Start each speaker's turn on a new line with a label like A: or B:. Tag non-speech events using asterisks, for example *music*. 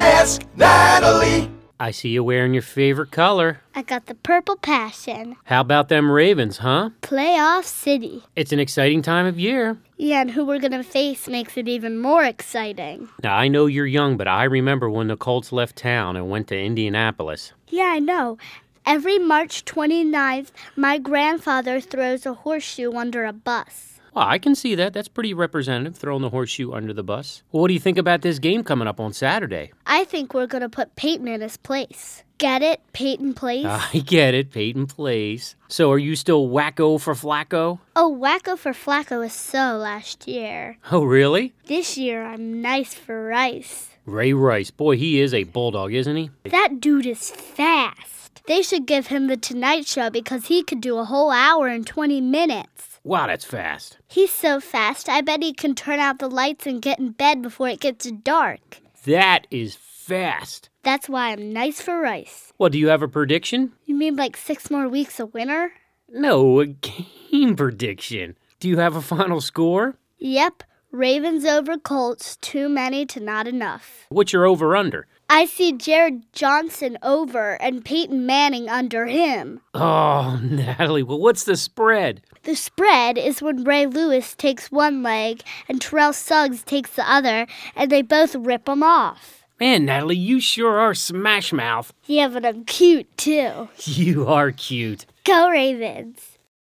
A: Ask Natalie.
B: I see you wearing your favorite color.
C: I got the purple passion.
B: How about them Ravens, huh?
C: Playoff City.
B: It's an exciting time of year.
C: Yeah, and who we're going to face makes it even more exciting.
B: Now, I know you're young, but I remember when the Colts left town and went to Indianapolis.
C: Yeah, I know. Every March 29th, my grandfather throws a horseshoe under a bus.
B: Well, I can see that. That's pretty representative, throwing the horseshoe under the bus. Well, what do you think about this game coming up on Saturday? *laughs*
C: I think we're going to put Peyton in his place. Get it? Peyton Place?
B: I get it, Peyton plays. So are you still wacko for Flacco?
C: oh, Wacko for Flacco was so last year.
B: Oh, really?
C: This year, I'm nice for rice.
B: Ray Rice, boy, he is a bulldog, isn't he?
C: That dude is fast. They should give him the Tonight Show because he could do a whole hour and 20 minutes.
B: Wow, that's fast.
C: He's so fast, I bet he can turn out the lights and get in bed before it gets dark.
B: That is fast.
C: That's why I'm nice for rice.
B: Well, do you have a prediction?
C: You mean like six more weeks of winter?
B: No, a game prediction. Do you have a final score?
C: Yep, Ravens over Colts, too many to not enough.
B: What's your over under?
C: I see Jared Johnson over and Peyton Manning under him.
B: Oh, Natalie, well, what's the spread?
C: The spread is when Ray Lewis takes one leg and Terrell Suggs takes the other, and they both rip 'em off.
B: Man, Natalie, you sure are smash mouth.
C: Yeah, but I'm cute too.
B: You are cute.
C: Go Ravens!